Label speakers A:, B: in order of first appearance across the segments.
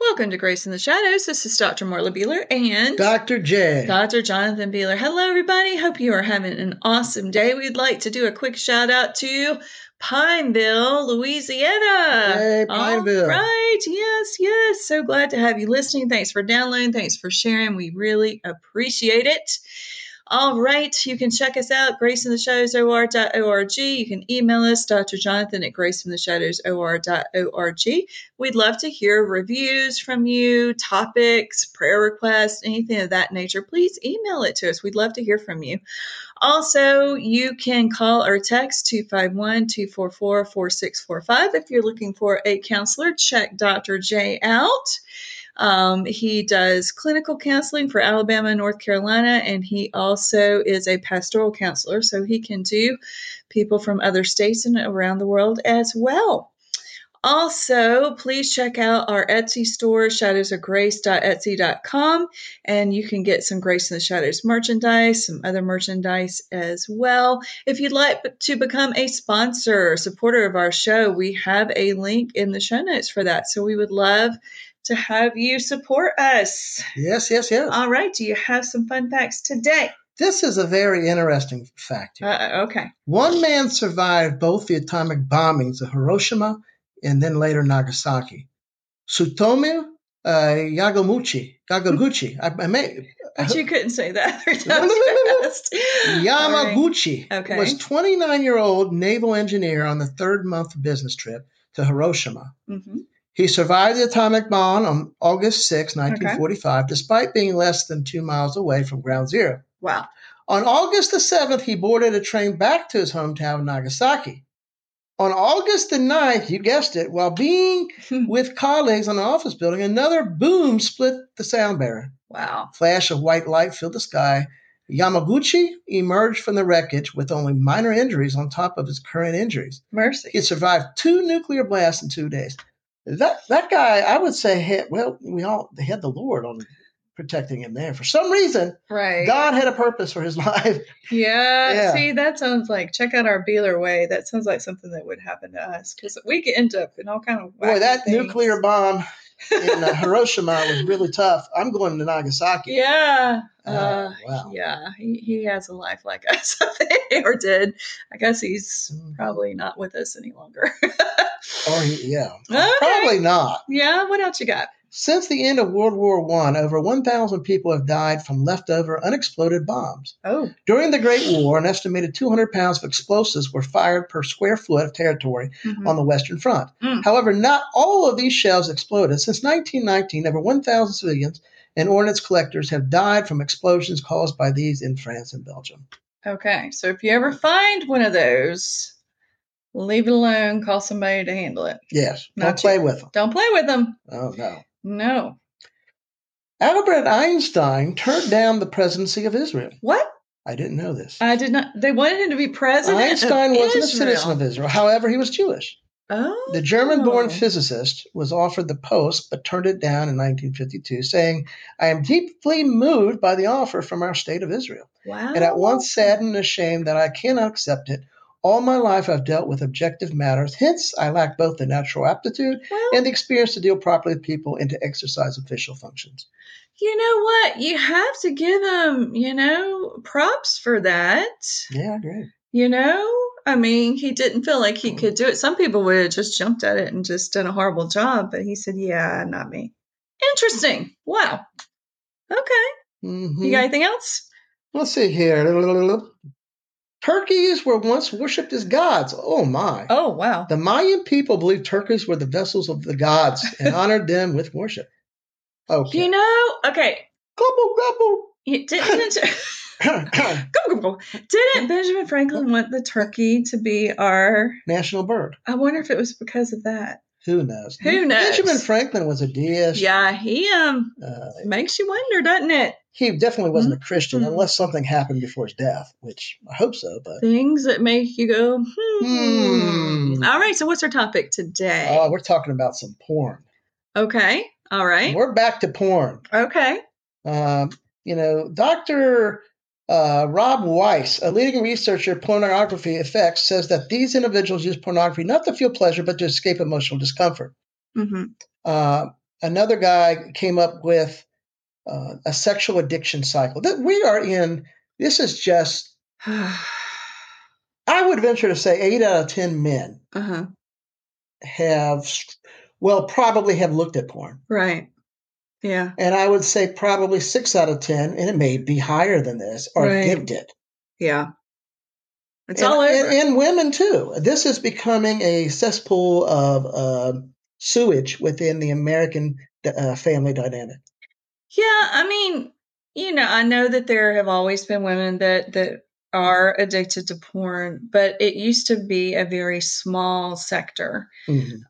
A: Welcome to Grace in the Shadows. This is Dr. Marla Beeler and
B: Dr. J.
A: Dr. Jonathan Beeler. Hello, everybody. Hope you are having an awesome day. We'd like to do a quick shout out to Pineville, Louisiana.
B: Hey, Pineville.
A: All right. Yes, yes. So glad to have you listening. Thanks for downloading. Thanks for sharing. We really appreciate it. All right. You can check us out, graceintheshadowsor.org. You can email us, Dr. Jonathan at graceintheshadowsor.org. We'd love to hear reviews from you, topics, prayer requests, anything of that nature. Please email it to us. We'd love to hear from you. Also, you can call or text 251 244 4645 if you're looking for a counselor. Check Dr. J out. Um, he does clinical counseling for Alabama and North Carolina, and he also is a pastoral counselor, so he can do people from other states and around the world as well. Also, please check out our Etsy store, shadowsofgrace.etsy.com, and you can get some Grace in the Shadows merchandise, some other merchandise as well. If you'd like to become a sponsor, supporter of our show, we have a link in the show notes for that. So we would love to have you support us.
B: Yes, yes, yes.
A: All right, do you have some fun facts today?
B: This is a very interesting fact. here.
A: Uh, okay.
B: One man survived both the atomic bombings of Hiroshima and then later Nagasaki. Sutomu uh, Yamaguchi, Yamaguchi, I, I may,
A: But you couldn't say that three
B: No, no,
A: times
B: no, no, no.
A: fast. All right.
B: Yamaguchi
A: Okay.
B: was 29-year-old naval engineer on the third month business trip to Hiroshima.
A: Mhm.
B: He survived the atomic bomb on August 6, 1945, despite being less than two miles away from ground zero.
A: Wow.
B: On August the 7th, he boarded a train back to his hometown, Nagasaki. On August the 9th, you guessed it, while being with colleagues on an office building, another boom split the sound barrier.
A: wow.
B: A flash of white light filled the sky. Yamaguchi emerged from the wreckage with only minor injuries on top of his current injuries.
A: Mercy.
B: He survived two nuclear blasts in two days. That that guy, I would say, had, well, we all they had the Lord on protecting him there. For some reason,
A: Right.
B: God had a purpose for his life.
A: Yeah,
B: Yeah.
A: See, that sounds like check out our Beeler way. That sounds like something that would happen to us because we could end up in all kind of
B: Boy,
A: wacky
B: that
A: things.
B: nuclear bomb in uh, Hiroshima was really tough. I'm going to Nagasaki.
A: Yeah.
B: Oh,
A: Uh,
B: wow.
A: Yeah. He, he has a life like us, I think, or did. I guess he's
B: Mm.
A: probably not with us any longer.
B: Or oh, he, yeah,
A: Okay.
B: probably not.
A: Yeah. What else you got?
B: Since the end of World War One, over 1,000 people have died from leftover unexploded bombs.
A: Oh,
B: During the Great War, an estimated 200 pounds of explosives were fired per square foot of territory
A: mhm.
B: on the Western Front.
A: Mm.
B: However, not all of these shells exploded. Since 1919, over 1,000 civilians and ordnance collectors have died from explosions caused by these in France and Belgium.
A: okay. So if you ever find one of those, leave it alone. Call somebody to handle it.
B: Yes,
A: Not
B: don't play with them.
A: Don't play with them.
B: Oh, no.
A: No.
B: Albert Einstein turned down the presidency of Israel.
A: What?
B: I didn't know this.
A: I did not. They wanted him to be president.
B: Einstein
A: of
B: wasn't a
A: Israel.
B: citizen of Israel. However, he was Jewish.
A: Oh,
B: The German born
A: Oh.
B: physicist was offered the post but turned it down in 1952, saying, I am deeply moved by the offer from our state of Israel,
A: wow.
B: and at once
A: Oh.
B: saddened and ashamed that I cannot accept it. All my life I've dealt with objective matters, hence, I lack both the natural aptitude
A: Well,
B: and the experience to deal properly with people and to exercise official functions.
A: you know what? You have to give him, you know, props for that.
B: Yeah, I agree.
A: You know, I mean, he didn't feel like he could do it. Some people would have just jumped at it and just done a horrible job, but he said, "Yeah, not me." Interesting. Wow. Okay.
B: Mhm.
A: You got anything else?
B: Let's see here. Turkeys were once worshipped as gods. Oh, my.
A: Oh, wow.
B: The Mayan people believed turkeys were the vessels of the gods and honored them with worship. Okay.
A: You know, okay.
B: Gobble,
A: You didn't.
B: gobble.
A: Go, go, go. Didn't Benjamin Franklin want the turkey to be our?
B: National bird.
A: I wonder if it was because of that.
B: Who knows?
A: Who knows?
B: Benjamin Franklin was a deist.
A: Yeah, he um
B: Uh,
A: makes you wonder, doesn't it?
B: he definitely wasn't a Christian
A: Mhm.
B: unless something happened before his death, which I hope so. But
A: Things that make you go, hmm.
B: Hmm.
A: All right. So, what's our topic today?
B: oh, we're talking about some porn.
A: okay. All right.
B: We're back to porn.
A: Okay.
B: Um, you know, Dr. Uh, Rob Weiss, a leading researcher of pornography effects, says that these individuals use pornography not to feel pleasure, but to escape emotional discomfort.
A: hmm
B: Uh, Another guy came up with uh, a sexual addiction cycle. That we are in. This is just. I would venture to say eight out of ten men
A: uh-huh.
B: have, well, probably have looked at porn,
A: Right. Yeah.
B: and I would say probably six out of ten, and it may be higher than this, are
A: Right.
B: did it.
A: Yeah. It's
B: and,
A: all over.
B: and, and women too. This is becoming a cesspool of uh, sewage within the American uh, family dynamic.
A: Yeah, I mean, you know, I know that there have always been women that that
B: Mm-hmm.
A: are addicted to porn, but it used to be a very small sector.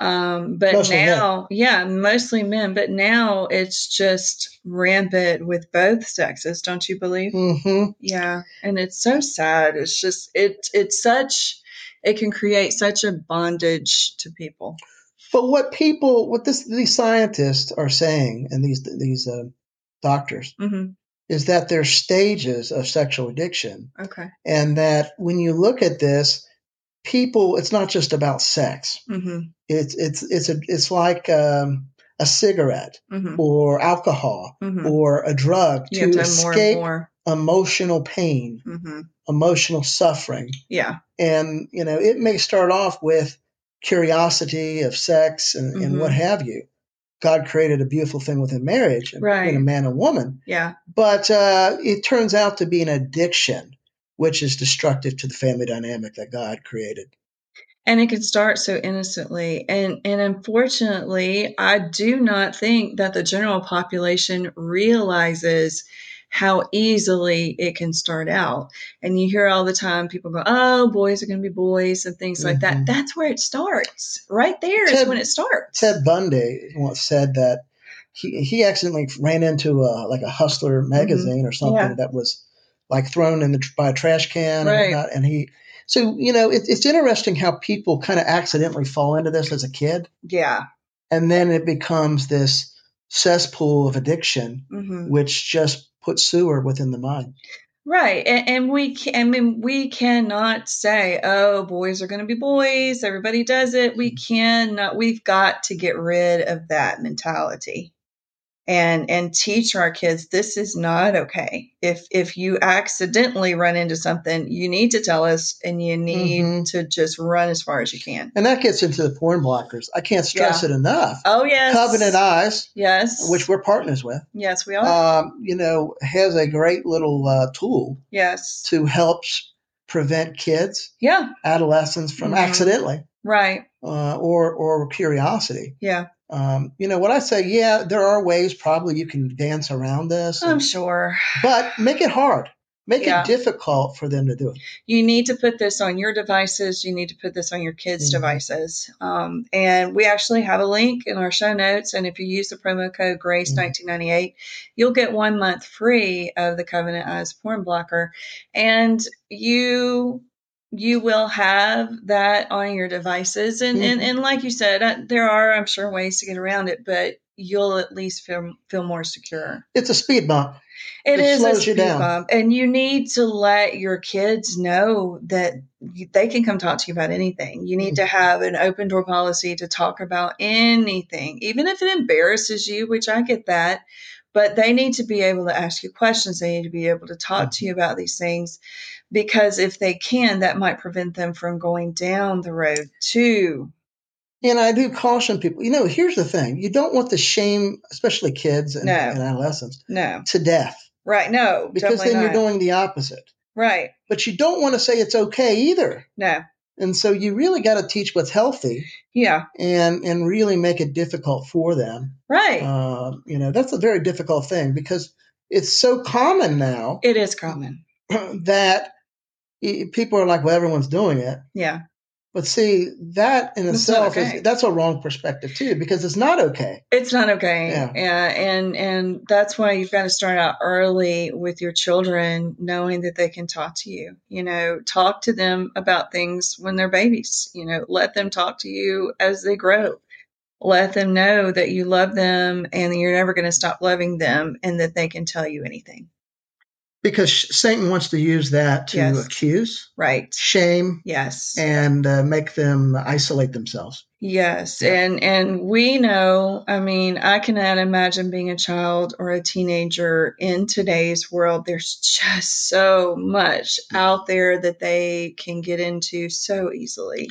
A: Um, but
B: Mostly men.
A: now, yeah, mostly men, but now it's just rampant with both sexes, don't you believe?
B: hmm
A: Yeah, and it's so sad. It's just it it's such it can create such a bondage to people.
B: But what people, what this these scientists are saying, and these these uh, doctors,
A: hmm
B: is that there's stages of sexual addiction,
A: Okay.
B: and that when you look at this, people, it's not just about sex.
A: hmm
B: It's it's it's a it's like um, a cigarette
A: hmm
B: or alcohol
A: hmm
B: or a drug
A: You have to
B: to
A: have more and
B: escape
A: more.
B: emotional pain,
A: hmm
B: emotional suffering.
A: Yeah.
B: And, you know, it may start off with curiosity of sex and, and
A: Mhm.
B: what have you. God created a beautiful thing within marriage and
A: Right.
B: between a man and woman.
A: Yeah.
B: But uh, it turns out to be an addiction, which is destructive to the family dynamic that God created.
A: and it can start so innocently and and unfortunately i do not think that the general population realizes how easily it can start out and you hear all the time people go oh boys are going to be boys and things like that
B: Mhm.
A: that's where it starts right there is
B: Ted-
A: when it starts
B: Ted Bundy once said that he, he accidentally ran into a, like a Hustler magazine or something
A: Mm-hmm. Yeah.
B: that was like thrown in the tr- by a trash can
A: Right.
B: and whatnot. And he, so you know, it, it's interesting how people kind of accidentally fall into this as a kid,
A: yeah
B: and then it becomes this cesspool of addiction,
A: hmm
B: which just puts sewer within the mind.
A: Right, and, and we can. I mean, we cannot say, "Oh, boys are going to be boys. Everybody does it." We
B: Mm-hmm.
A: cannot. We've got to get rid of that mentality, and and teach our kids this is not okay. If if you accidentally run into something, you need to tell us, and you need
B: Mhm.
A: to just run as far as you can.
B: And that gets into the porn blockers. I can't stress it enough.
A: Oh yes,
B: Covenant Eyes,
A: Yes,
B: which we're partners with,
A: yes we are.
B: um, you know, has a great little uh, tool
A: yes,
B: to help s- prevent kids,
A: yeah,
B: adolescents from
A: Mhm.
B: accidentally
A: right,
B: uh, or or curiosity.
A: yeah.
B: Um, you know what I say? Yeah, there are ways probably you can dance around this,
A: I'm sure.
B: but make it hard, make
A: Yeah.
B: it difficult for them to do it.
A: you need to put this on your devices. You need to put this on your kids'
B: Mhm.
A: devices. Um, and we actually have a link in our show notes. And if you use the promo code
B: Mhm.
A: GRACE1998, you'll get one month free of the Covenant Eyes porn blocker. And you you will have that on your devices and and, and like you said uh, there are i'm sure ways to get around it but you'll at least feel feel more secure
B: It's a speed bump.
A: it
B: It
A: is a
B: slows you
A: speed
B: down.
A: bump, and you need to let your kids know that you- they can come talk to you about anything. You need to have an open door policy to talk about anything, even if it embarrasses you, which I get that. But they need to be able to ask you questions. They need to be able to talk
B: Mm-hmm.
A: to you about these things because if they can, that might prevent them from going down the road too.
B: And I do caution people. You know, here's the thing: you don't want to shame, especially kids and,
A: No.
B: and adolescents,
A: No,
B: to death
A: right? No,
B: because
A: definitely
B: then you're
A: not.
B: doing the opposite.
A: right.
B: But you don't want to say it's okay either.
A: No,
B: And so you really got to teach what's healthy
A: yeah,
B: and and really make it difficult for them.
A: right.
B: Um, you know, that's a very difficult thing because it's so common now
A: it is common.
B: that i- people are like, well, everyone's doing it.
A: Yeah,
B: But see, that in
A: That's not
B: itself
A: okay.
B: is that's a wrong perspective too because it's not okay.
A: it's not okay
B: Yeah.
A: yeah and and that's why you've got to start out early with your children knowing that they can talk to you you know talk to them about things when they're babies you know let them talk to you as they grow let them know that you love them and you're never going to stop loving them and that they can tell you anything
B: because sh- Satan wants to use that to
A: Yes.
B: accuse,
A: Right.
B: shame,
A: Yes.
B: and uh, make them isolate themselves.
A: Yes,
B: Yeah.
A: and and we know, I mean, I cannot imagine being a child or a teenager in today's world. There's just so much out there that they can get into so easily.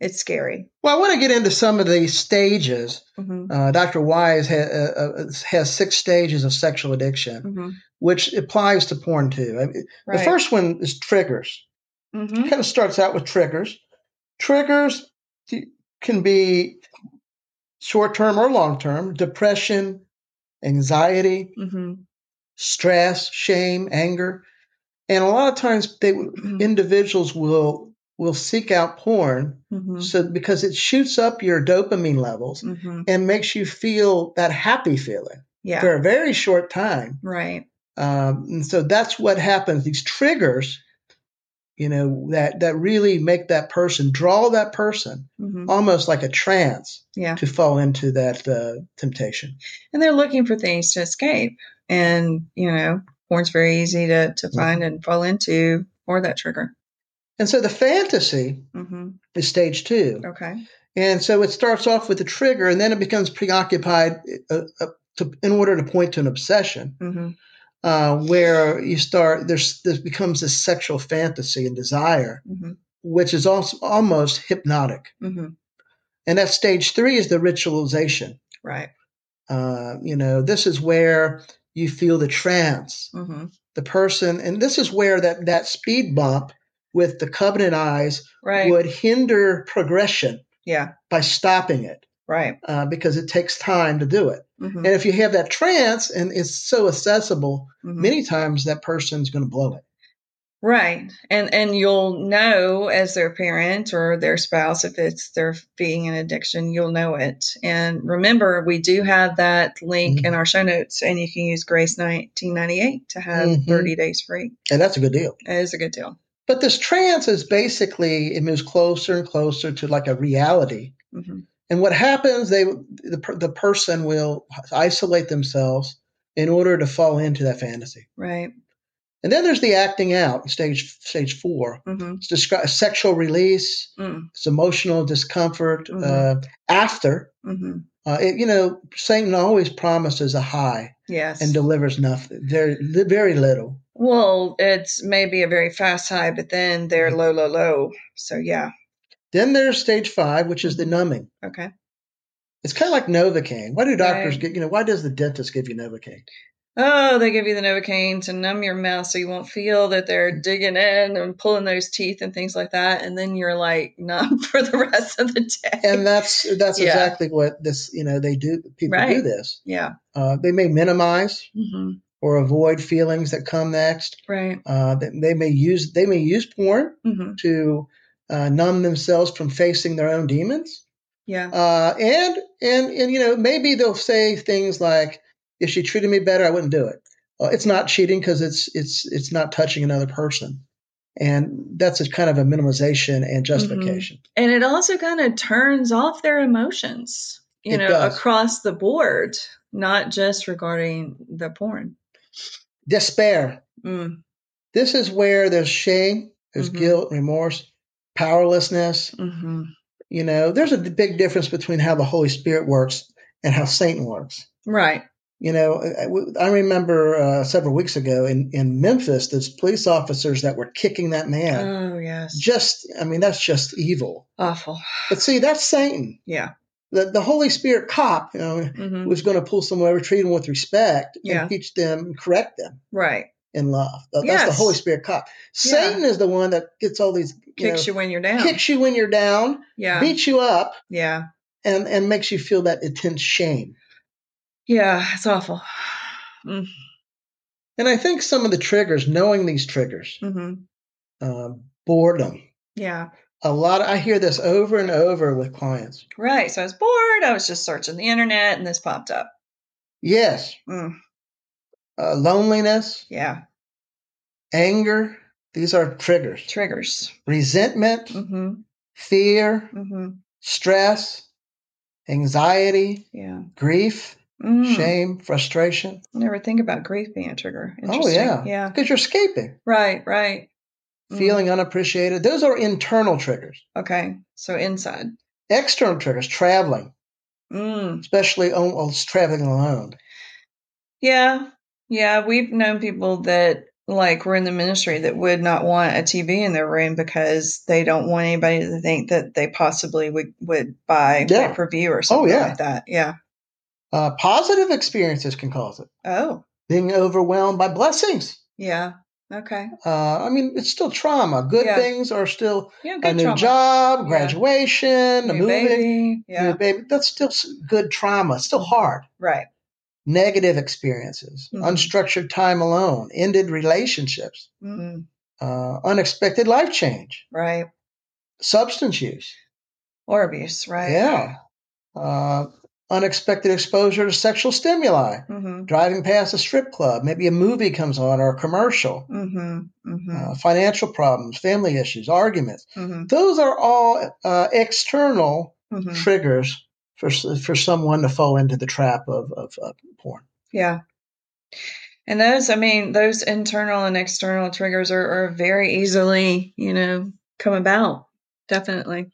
A: It's scary.
B: Well, I want to get into some of the stages.
A: hmm
B: Uh, Dr. Wise ha- uh, uh, has six stages of sexual addiction,
A: hmm
B: which applies to porn too. I mean,
A: Right.
B: The first one is triggers.
A: hmm
B: kind of starts out with triggers. Triggers t- can be short term or long term depression, anxiety,
A: hmm
B: stress, shame, anger. And a lot of times they
A: Mm-hmm.
B: individuals will will seek out porn
A: hmm
B: so because it shoots up your dopamine levels
A: hmm
B: and makes you feel that happy feeling
A: Yeah.
B: for a very short time.
A: Right.
B: Um, and so that's what happens. These triggers, you know, that that really make that person draw that person
A: hmm
B: almost like a trance
A: Yeah.
B: to fall into that uh, temptation.
A: And they're looking for things to escape, and you know, porn's very easy to to find and fall into or that trigger.
B: And so the fantasy
A: hmm
B: is stage two.
A: Okay.
B: And so it starts off with the trigger and then it becomes preoccupied uh, uh, to, in order to point to an obsession
A: hmm
B: uh, where you start, there's, there becomes this sexual fantasy and desire,
A: hmm
B: which is also almost hypnotic.
A: hmm
B: And that stage three is the ritualization.
A: Right.
B: Uh, you know, this is where you feel the trance
A: hmm
B: the person and this is where that that speed bump with the covenant eyes
A: Right.
B: would hinder progression
A: Yeah.
B: by stopping it
A: Right.
B: uh, because it takes time to do it
A: hmm
B: and if you have that trance and it's so accessible
A: hmm
B: many times that person's going to blow it
A: Right. And and you'll know as their parent or their spouse if it's they're being an addiction, you'll know it. And remember, we do have that link
B: Mm-hmm.
A: in our show notes, and you can use Grace nineteen ninety eight to have
B: Mhm.
A: thirty days free.
B: and that's a good deal
A: It is a good deal.
B: but this trance is basically it moves closer and closer to like a reality
A: hmm
B: and what happens they the, per- the person will isolate themselves in order to fall into that fantasy
A: Right.
B: And then there's the acting out, stage stage four.
A: hmm
B: It's descri- sexual release,
A: mm
B: it's emotional discomfort uh,
A: Mhm.
B: after.
A: Mm-hmm.
B: Uh, it, you know, Satan always promises a high
A: Yes.
B: and uh, delivers nothing. Very, li- very little.
A: well, it's maybe a very fast high, but then they're
B: Mm-hmm.
A: low, low, low. So yeah.
B: Then there's stage five, which is the numbing.
A: Okay.
B: It's kind of like Novocaine. Why do doctors
A: Right.
B: get? You know, why does the dentist give you Novocaine?
A: Oh, they give you the Novocaine to numb your mouth so you won't feel that they're digging in and pulling those teeth and things like that. And then you're like numb for the rest of the day.
B: And that's that's
A: Yeah.
B: exactly what this. You know, they do. People do
A: Right.
B: this.
A: yeah.
B: Uh, they may minimize
A: hmm
B: or avoid feelings that come next.
A: Right.
B: Uh, they, they may use they may use porn
A: hmm
B: to uh, numb themselves from facing their own demons.
A: Yeah.
B: Uh, and and and you know maybe they'll say things like, "If she treated me better, I wouldn't do it." Uh, it's not cheating because it's it's it's not touching another person, and that's a kind of a minimization
A: Mm-hmm.
B: and justification.
A: And it also kind of turns off their emotions, you
B: It
A: know,
B: does.
A: across the board, not just regarding the porn.
B: Despair.
A: Mm-hmm.
B: This is where there's shame, there's
A: Mhm.
B: guilt, remorse, powerlessness.
A: Mm-hmm.
B: You know, there's a big difference between how the Holy Spirit works and how Satan works.
A: Right.
B: You know, I- I I remember uh, several weeks ago in, in Memphis, there's police officers that were kicking that man.
A: Oh, yes.
B: Just, I mean, that's just evil.
A: Awful.
B: But see, that's Satan.
A: Yeah.
B: The, the Holy Spirit cop, you know,
A: hmm
B: was going to pull someone over, treat them with respect,
A: Yeah.
B: and teach them, and correct them
A: Right.
B: in love. That- That's the
A: Yes.
B: Holy Spirit cop.
A: Yeah.
B: Satan is the one that gets all these, you
A: Kicks you when you're
B: know,
A: down.
B: kicks you when you're down,
A: yeah.
B: beats you up,
A: Yeah.
B: and, and makes you feel that intense shame.
A: Yeah. It's awful.
B: And I think some of the triggers, knowing these triggers,
A: Mm-hmm.
B: uh, boredom.
A: Yeah.
B: a lot i hear this over and over with clients
A: Right. So I was bored. I was just searching the internet and this popped up.
B: yes
A: Mm.
B: uh, loneliness
A: Yeah.
B: anger these are triggers
A: Triggers.
B: resentment
A: Mm-hmm.
B: fear
A: Mm-hmm.
B: stress anxiety
A: Yeah.
B: grief
A: Mm.
B: shame, frustration,
A: Never think about grief being a trigger.
B: Oh,
A: Interesting.
B: yeah.
A: Yeah.
B: because you're escaping,
A: Right, right. Mm.
B: feeling unappreciated. Those are internal triggers.
A: Okay. So inside.
B: External triggers, traveling,
A: Mm.
B: especially on, on- traveling alone.
A: Yeah. Yeah. We've known people that like were in the ministry that would not want a TV in their room because they don't want anybody to think that they possibly would, would buy
B: Yeah. Oh,
A: pay per view or something
B: yeah.
A: like that. Yeah.
B: Uh, positive experiences can cause it.
A: Oh,
B: Being overwhelmed by blessings.
A: yeah. Okay.
B: Uh, I mean, it's still trauma. Good
A: Yeah.
B: things are still
A: Yeah. Good
B: a new
A: trauma.
B: job,
A: Yeah.
B: graduation, a
A: New
B: movie,
A: baby.
B: new
A: Yeah. Mm-hmm.
B: baby. That's still s- good trauma. It's still hard.
A: Right.
B: Negative experiences,
A: Mhm.
B: unstructured time alone, ended relationships,
A: Mm.
B: uh, unexpected life change,
A: Right.
B: substance use.
A: Or abuse. Right.
B: Yeah. Uh, unexpected exposure to sexual stimuli.
A: Mm-hmm.
B: Driving past a strip club, maybe a movie comes on or a commercial.
A: Mm-hmm. Mm-hmm.
B: Uh, financial problems, family issues, arguments.
A: mm-hmm.
B: Those are all uh, external
A: Mm-hmm.
B: triggers for for someone to fall into the trap of of, of porn.
A: Yeah. And those, I mean, those internal and external triggers are, are very easily, you know, come about. Definitely.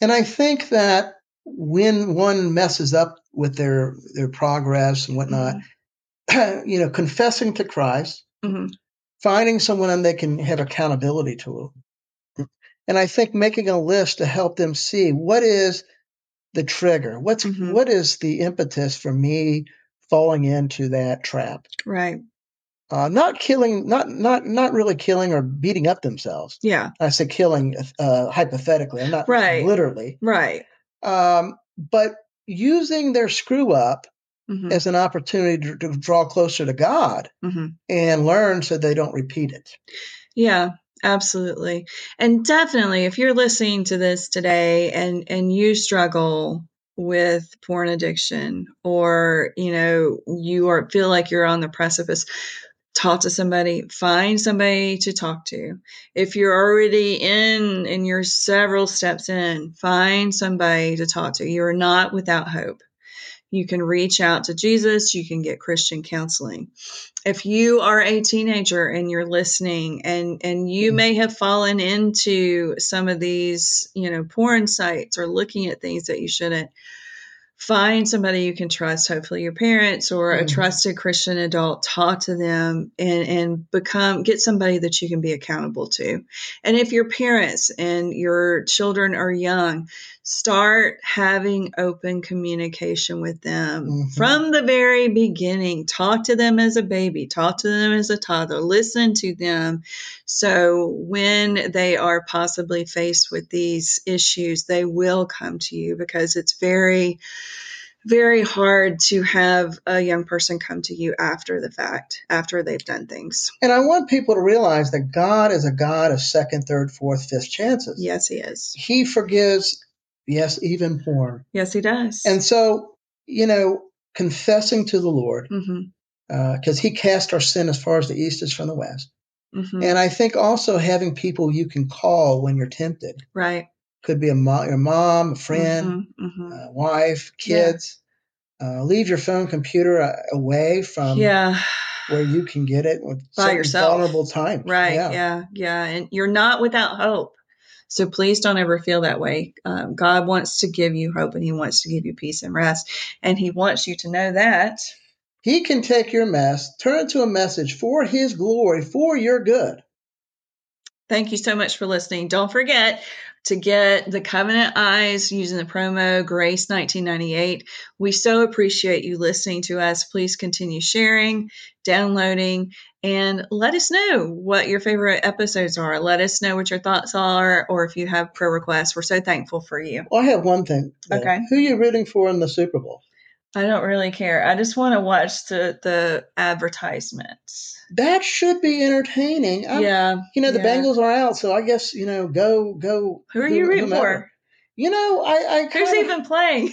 B: And I think that when one messes up with their their progress and whatnot, you know, confessing to Christ,
A: hmm
B: finding someone they can have accountability to, and I think making a list to help them see what is the trigger, what's
A: Mhm.
B: what is the impetus for me falling into that trap.
A: Right.
B: uh, not killing, not not not really killing or beating up themselves.
A: Yeah.
B: I say killing uh, hypothetically, I'm not
A: Right.
B: literally,
A: Right.
B: um, but using their screw up
A: Mm-hmm.
B: as an opportunity to, to draw closer to God
A: Mm-hmm.
B: and learn so they don't repeat it.
A: Yeah. Absolutely. And definitely, if you're listening to this today and and you struggle with porn addiction or you know you are feel like you're on the precipice talk to somebody find somebody to talk to if you're already in and you're several steps in find somebody to talk to you're not without hope you can reach out to jesus you can get christian counseling if you are a teenager and you're listening and and you may have fallen into some of these you know porn sites or looking at things that you shouldn't find somebody you can trust hopefully your parents or a
B: Mhm.
A: trusted christian adult talk to them and and become get somebody that you can be accountable to and if your parents and your children are young start having open communication with them
B: Mhm.
A: from the very beginning talk to them as a baby talk to them as a toddler listen to them so when they are possibly faced with these issues they will come to you because it's very very hard to have a young person come to you after the fact, after they've done things.
B: And I want people to realize that God is a God of second, third, fourth, fifth chances.
A: Yes, he is.
B: He forgives, yes, even porn.
A: Yes, he does.
B: And so, you know, confessing to the Lord
A: mm-hmm,
B: because he cast our sin as far as the east is from the west.
A: mm-hmm,
B: And I think also having people you can call when you're tempted
A: right.
B: could be a mo- your mom, a friend,
A: Mm-hmm, mm-hmm.
B: uh, wife,
A: Yeah.
B: kids. Uh, leave your phone, computer uh, away from
A: yeah.
B: where you can get it with
A: By
B: certain
A: yourself.
B: vulnerable times.
A: Right.
B: Yeah.
A: Yeah. yeah. And you're not without hope. So please don't ever feel that way. Um, God wants to give you hope and he wants to give you peace and rest. And he wants you to know that.
B: He can take your mess, turn it to a message for his glory, for your good.
A: Thank you so much for listening. Don't forget to get the Covenant Eyes using the promo Grace 1998. We so appreciate you listening to us. Please continue sharing, downloading, and let us know what your favorite episodes are. Let us know what your thoughts are, or if you have prayer requests. We're so thankful for you.
B: Well, I have one thing. though.
A: Okay.
B: Who you rooting for in the Super Bowl?
A: I don't really care. I just want to watch the, the advertisements.
B: That should be entertaining. I'm-
A: yeah.
B: You know, the
A: yeah.
B: Bengals are out, so I guess, you know, go, go.
A: Who are you rooting
B: whomever.
A: for?
B: You know, I, I
A: Who's
B: kinda-
A: even playing?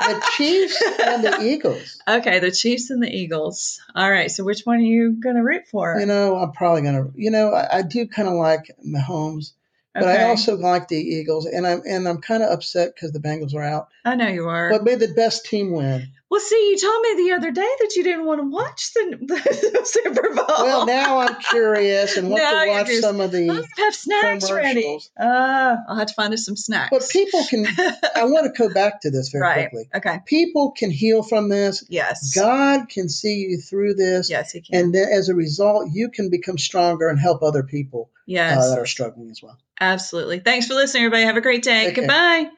B: the Chiefs and the Eagles.
A: Okay, the Chiefs and the Eagles. All right, so which one are you going to root for?
B: You know, I'm probably gonna. You know, I, I do kind of like Mahomes, but I
A: Okay.
B: also like the Eagles, and I'm and I'm kind of upset because the Bengals are out.
A: I know you are.
B: But may the best team win.
A: Well, see, you told me the other day that you didn't want to watch the, the Super Bowl.
B: Well, now I'm curious and want
A: Now
B: to
A: you're
B: watch
A: just-
B: some
A: Let
B: of the.
A: me have snacks ready.
B: commercials.
A: Uh, I'll have to find us some snacks.
B: But people can. I want to go back to this very
A: right.
B: quickly.
A: Okay.
B: People can heal from this.
A: Yes.
B: God can see you through this,
A: Yes, he can.
B: and then as a result, you can become stronger and help other people uh,
A: yes.
B: that are struggling as well.
A: Absolutely. Thanks for listening, everybody. Have a great day.
B: Take care.
A: Goodbye.